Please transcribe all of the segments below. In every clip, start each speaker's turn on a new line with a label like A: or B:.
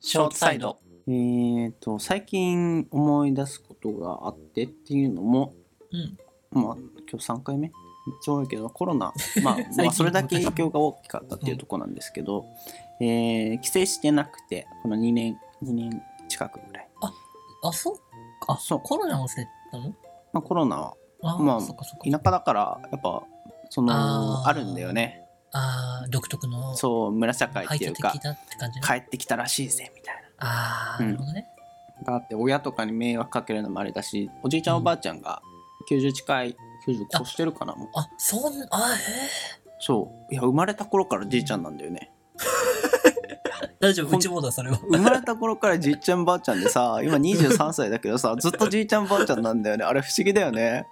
A: ショートサイド。
B: えー、と最近思い出すことがあってっていうのも、
A: うん。
B: まあ、今日3回目めっちゃ多いけどコロ ナ、まあ
A: 最、近
B: まあそれだけ影響が大きかったっていうところなんですけど、えー帰省してなくてこの2年2年近くぐらい、
A: あ、そうあ、
B: そう
A: コロナのせいなの
B: まあ、コロナは
A: あ、
B: まあ
A: そっかそっ
B: 田
A: か。
B: 舎だからやっぱその
A: あ
B: あ
A: ー
B: るんだよね
A: あー独特の
B: そう村社会っ
A: 排
B: てい
A: 除
B: う
A: 的
B: か
A: だって感じの
B: 帰ってきたらしいぜみたいな。
A: ああ、
B: うん
A: なるほどね。
B: があって親とかに迷惑かけるのもあれだしおじいちゃんおばあちゃんが90近い90越してるかなもう
A: あ、そん、あ、へ
B: そういや生まれた頃からじいちゃんなんだよね
A: え。大丈
B: ほ
A: 夫、
B: ん
A: うちもだ、それは。
B: 生まれた頃からじいちゃんばあちゃんでさ今23歳だけどさずっとじいちゃんばあちゃんなんだよねあれ不思議だよね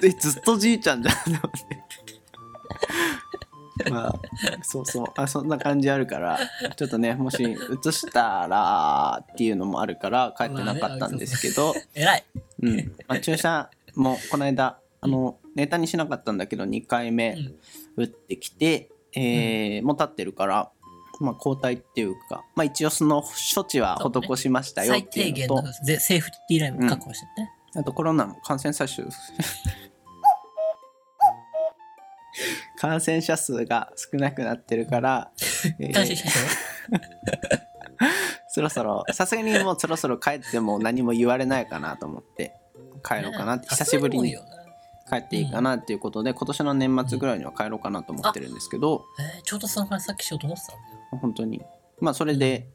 B: でずっとじいちゃんじゃんと思って まあそうそうあそんな感じあるからちょっとねもし移したらっていうのもあるから帰ってなかったんですけど、
A: 偉い。
B: うん、まあ注射もこの間あのネタにしなかったんだけど2回
A: う
B: 目
A: ん。
B: 打ってきて、えーもう立ってるから、まあ、抗体っていうか、まあ、一応その処置は施しましたよっ
A: 最
B: て
A: 低
B: いう
A: 限
B: の
A: の
B: と
A: ぜセーフティーラインも確保してね。
B: あとコロナも感染者数 感染者数が少なくなってるから、えー
A: 感謝しましょ
B: そろそろさすがにもうそろそろ帰っても何も言われないかなと思って帰
A: う。
B: ろうかなって
A: ね
B: 久しぶりに
A: さすが多いよな
B: 帰っていいかなっていうことで、今年の年末ぐらいには帰ろうかなと思ってるんですけど、
A: えーちょうどその話さっきしようと思ってたんだよ。
B: 本当にまあそれで、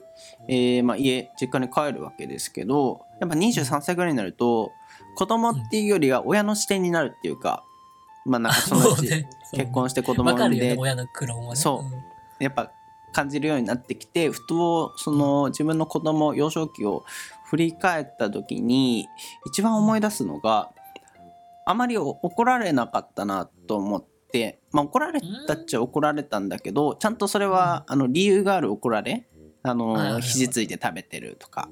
B: えーまあ、家実家に帰るわけですけどやっぱ23歳ぐらいになると子供っていうよりは親の視点になるっていうか、まあなんかそのう
A: もう
B: ち
A: ね
B: 結婚して子供
A: わ
B: 産
A: か
B: ん
A: るよ
B: で、
A: ね、親の苦労はね。
B: そうやっぱ感じるようになってきてふとその自分の子供幼少期を振り返った時に一番思い出すのがあまりお怒られなかったなと思って、まあ、怒られたっちゃ怒られたんだけどちゃんとそれはあの理由がある怒られあ
A: はいはいは
B: の
A: い
B: 肘ついて食べてるとか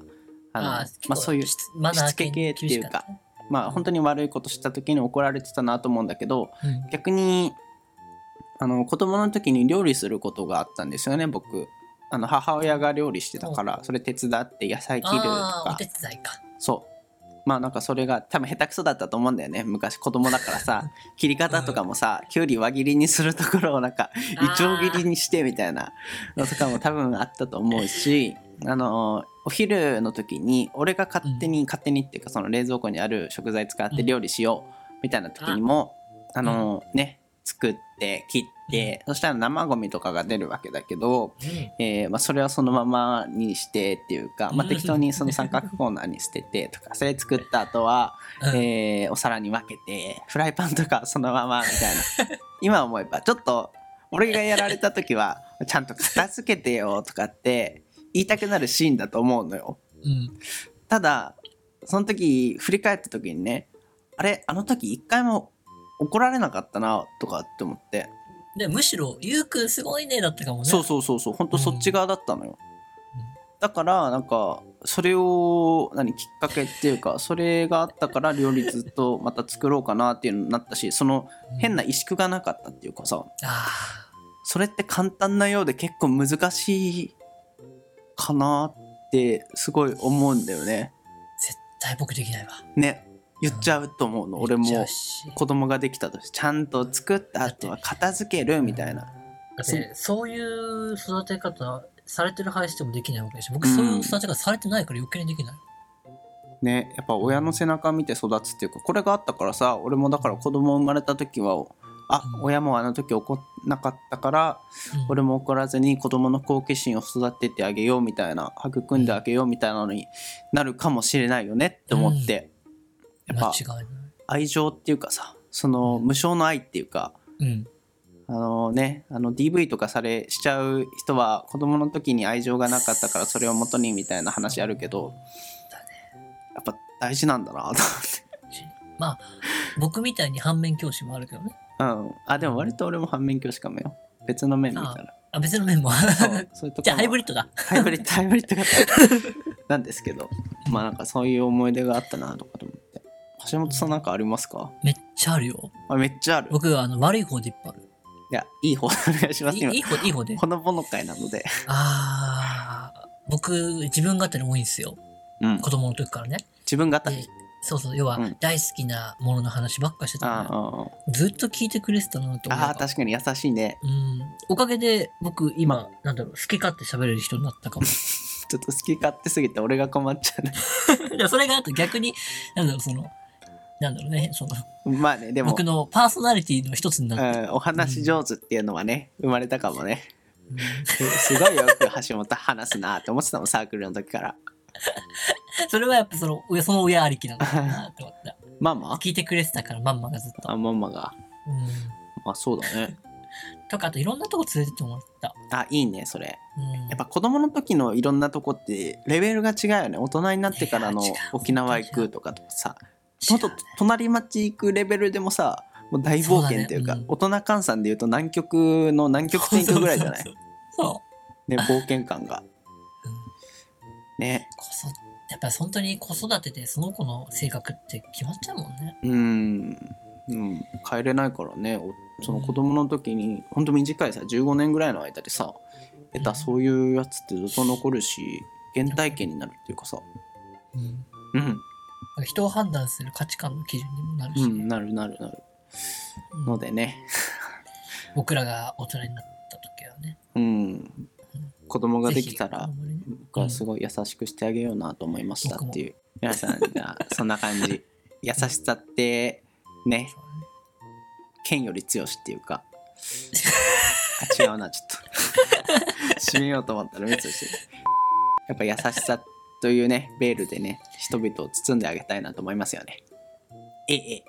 B: あの
A: あー
B: まあ、そういう
A: 結構マナー系厳しったね
B: まあ本当に悪いことした時に怒られてたなと思うんだけど
A: うん
B: 逆にあの子供の時に料理することがあったんですよね僕あの母親が料理してたからそれ手伝って野菜切ると
A: ああー、お
B: か
A: 手伝いか。
B: そうまあなんかそれが多分下手くそだったと思うんだよね昔子供だから さ切り方とかもさきゅうり輪切りにするところをなんか
A: あー
B: いちょう切りにしてみたいなのとかも多分あったと思う しあのお昼の時に俺が勝手に、勝手にっていうかその冷蔵庫にある食材使って料理しようみたいな時にも、あのね作って切って、そしたら生ゴミとかが出るわけだけど、
A: うん
B: えーまあ、それはそのままにしてっていうか、まあ、
A: うん
B: 適当にその三角コーナーに捨ててとかそれ作った後は、
A: うん
B: えーお皿に分けてフライパンとかそのままみたいな 今思えばちょっと俺がやられた時はちゃんと片付けてよとかって言いたくなるシーンだと思うのよ
A: うん
B: ただその時振り返った時にねあれあの時一回も怒られなかったなとかって思って、
A: でむしろ、ゆうくんすごいねだったかもね。
B: そうそうそうそう本当そっち側だったのよ、
A: うん
B: だからなんかそれを何きっかけっていうかそれがあったから料理ずっとまた作ろうかなっていうのになったしその
A: うん
B: 変な萎縮がなかったっていうかさ
A: あ
B: それって簡単なようで結構難しいかなってすごい思うんだよね
A: ー絶対僕できないわ。
B: ね言っちゃうと思うの俺
A: 言っちゃう
B: も
A: し
B: 子供ができたとしてちゃんと作った後は片付けるみたいな
A: だってそういう育て方されてる配信でもできないわけだし、僕そういう育て方されてないから余計にできない。
B: ねやっぱ親の背中見て育つっていうかこれがあったからさ俺もだから子供生まれた時はあ
A: うん
B: 親もあの時怒んなかったから
A: うん
B: 俺も怒らずに子供の好奇心を育ててあげようみたいな育んであげようみたいなのになるかもしれないよねって思って、やっ
A: 間
B: ぱ
A: 違い
B: 愛情っていうかさその無償の愛っていうか
A: ない。うん。
B: あのねあの DV とかされしちゃう人は子供の時に愛情がなかったからそれを元にみたいな話あるけど
A: だね。
B: やっぱ大事なんだなと
A: まあ、僕みたいに反面教師もあるけどね。
B: うん。あ、でも割と俺も反面教師かもよ。別の面見たら。
A: あ、別の面も。
B: そうそういうとこ
A: じゃあハイブ
B: リッ
A: リッドだ。
B: ド。ハイブリッド、ハイブリッドが。 なんですけど、まあなんかそういう思い出があったなとかと思って。橋本さんなんかありますか
A: めっちゃあるよ。
B: あめっちゃある。
A: 僕はあの悪い方でいっぱいある。
B: いや、いい方お願いします。
A: いい
B: 今
A: いい、方、いい方で。
B: ほのぼの会なので。
A: ああ、僕、自分語り多いんですよ。
B: うん
A: 子供の時からね。
B: 自分語
A: で
B: り。
A: そうそう、要は
B: うん
A: 大好きなものの話ばっかしてた
B: あ
A: か
B: あ
A: ら、ずっと聞いてくれてたなと思
B: ああ
A: う。
B: 確かに優しいね
A: うん。おかげで僕、今、なんだろう、好き勝手喋れる人になっ たかも。
B: ちょっと好き勝手すぎて俺が困っちゃうね
A: いやそれがあと逆に、なんだろう、その、なんだろうね、その、
B: まあねでも
A: 僕のパーソナリティの一つにな
B: う
A: って、
B: ん、お話上手っていうのはね生まれたかもね
A: うん
B: すごいよく橋本話すなって思ってたもんサークルの時から
A: それはやっぱその親その親ありきなのかなって思った
B: ママ
A: 聞いてくれてたからまんまがずっと、
B: あママが
A: うん、
B: まあそうだね
A: とかあといろんなとこ連れてってもらった、
B: あいいねそれ
A: うん、
B: やっぱ子供の時のいろんなとこってレベルが違うよね大人になってからの
A: いや違う
B: 沖縄行くとかとかさ
A: 違
B: も
A: う
B: っと隣町行くレベルでもさもう大冒険っていうか
A: そうだねうん
B: 大人換算でいうと南極の南極点行くぐらいじゃない
A: そうそうそう
B: ね冒険感が
A: そう、うん、
B: ね
A: こそやっぱ本当に子育てでその子の性格って決まっちゃうもんね
B: うん、うん、帰れないからねおその子供の時にほんと短いさ15年ぐらいの間でさ得たそういうやつってずっと残るし原体験になるっていうかさ
A: うん
B: うん、
A: 人を判断する価値観の基準にもなるし、
B: うん、なるなるなる
A: うん
B: のでね
A: 僕らが大人になった時はね
B: うん子供ができた
A: ぜ
B: ら
A: ひあんまりね
B: 僕はすごい優しくしてあげようなと思いましたっていう皆さんがそんな感じ優しさってね
A: そうだね
B: 剣より強しっていうかあ違うなちょっと締めようと思ったら別にしてやっぱ優しさというねベールでね人々を包んであげたいなと思いますよねええ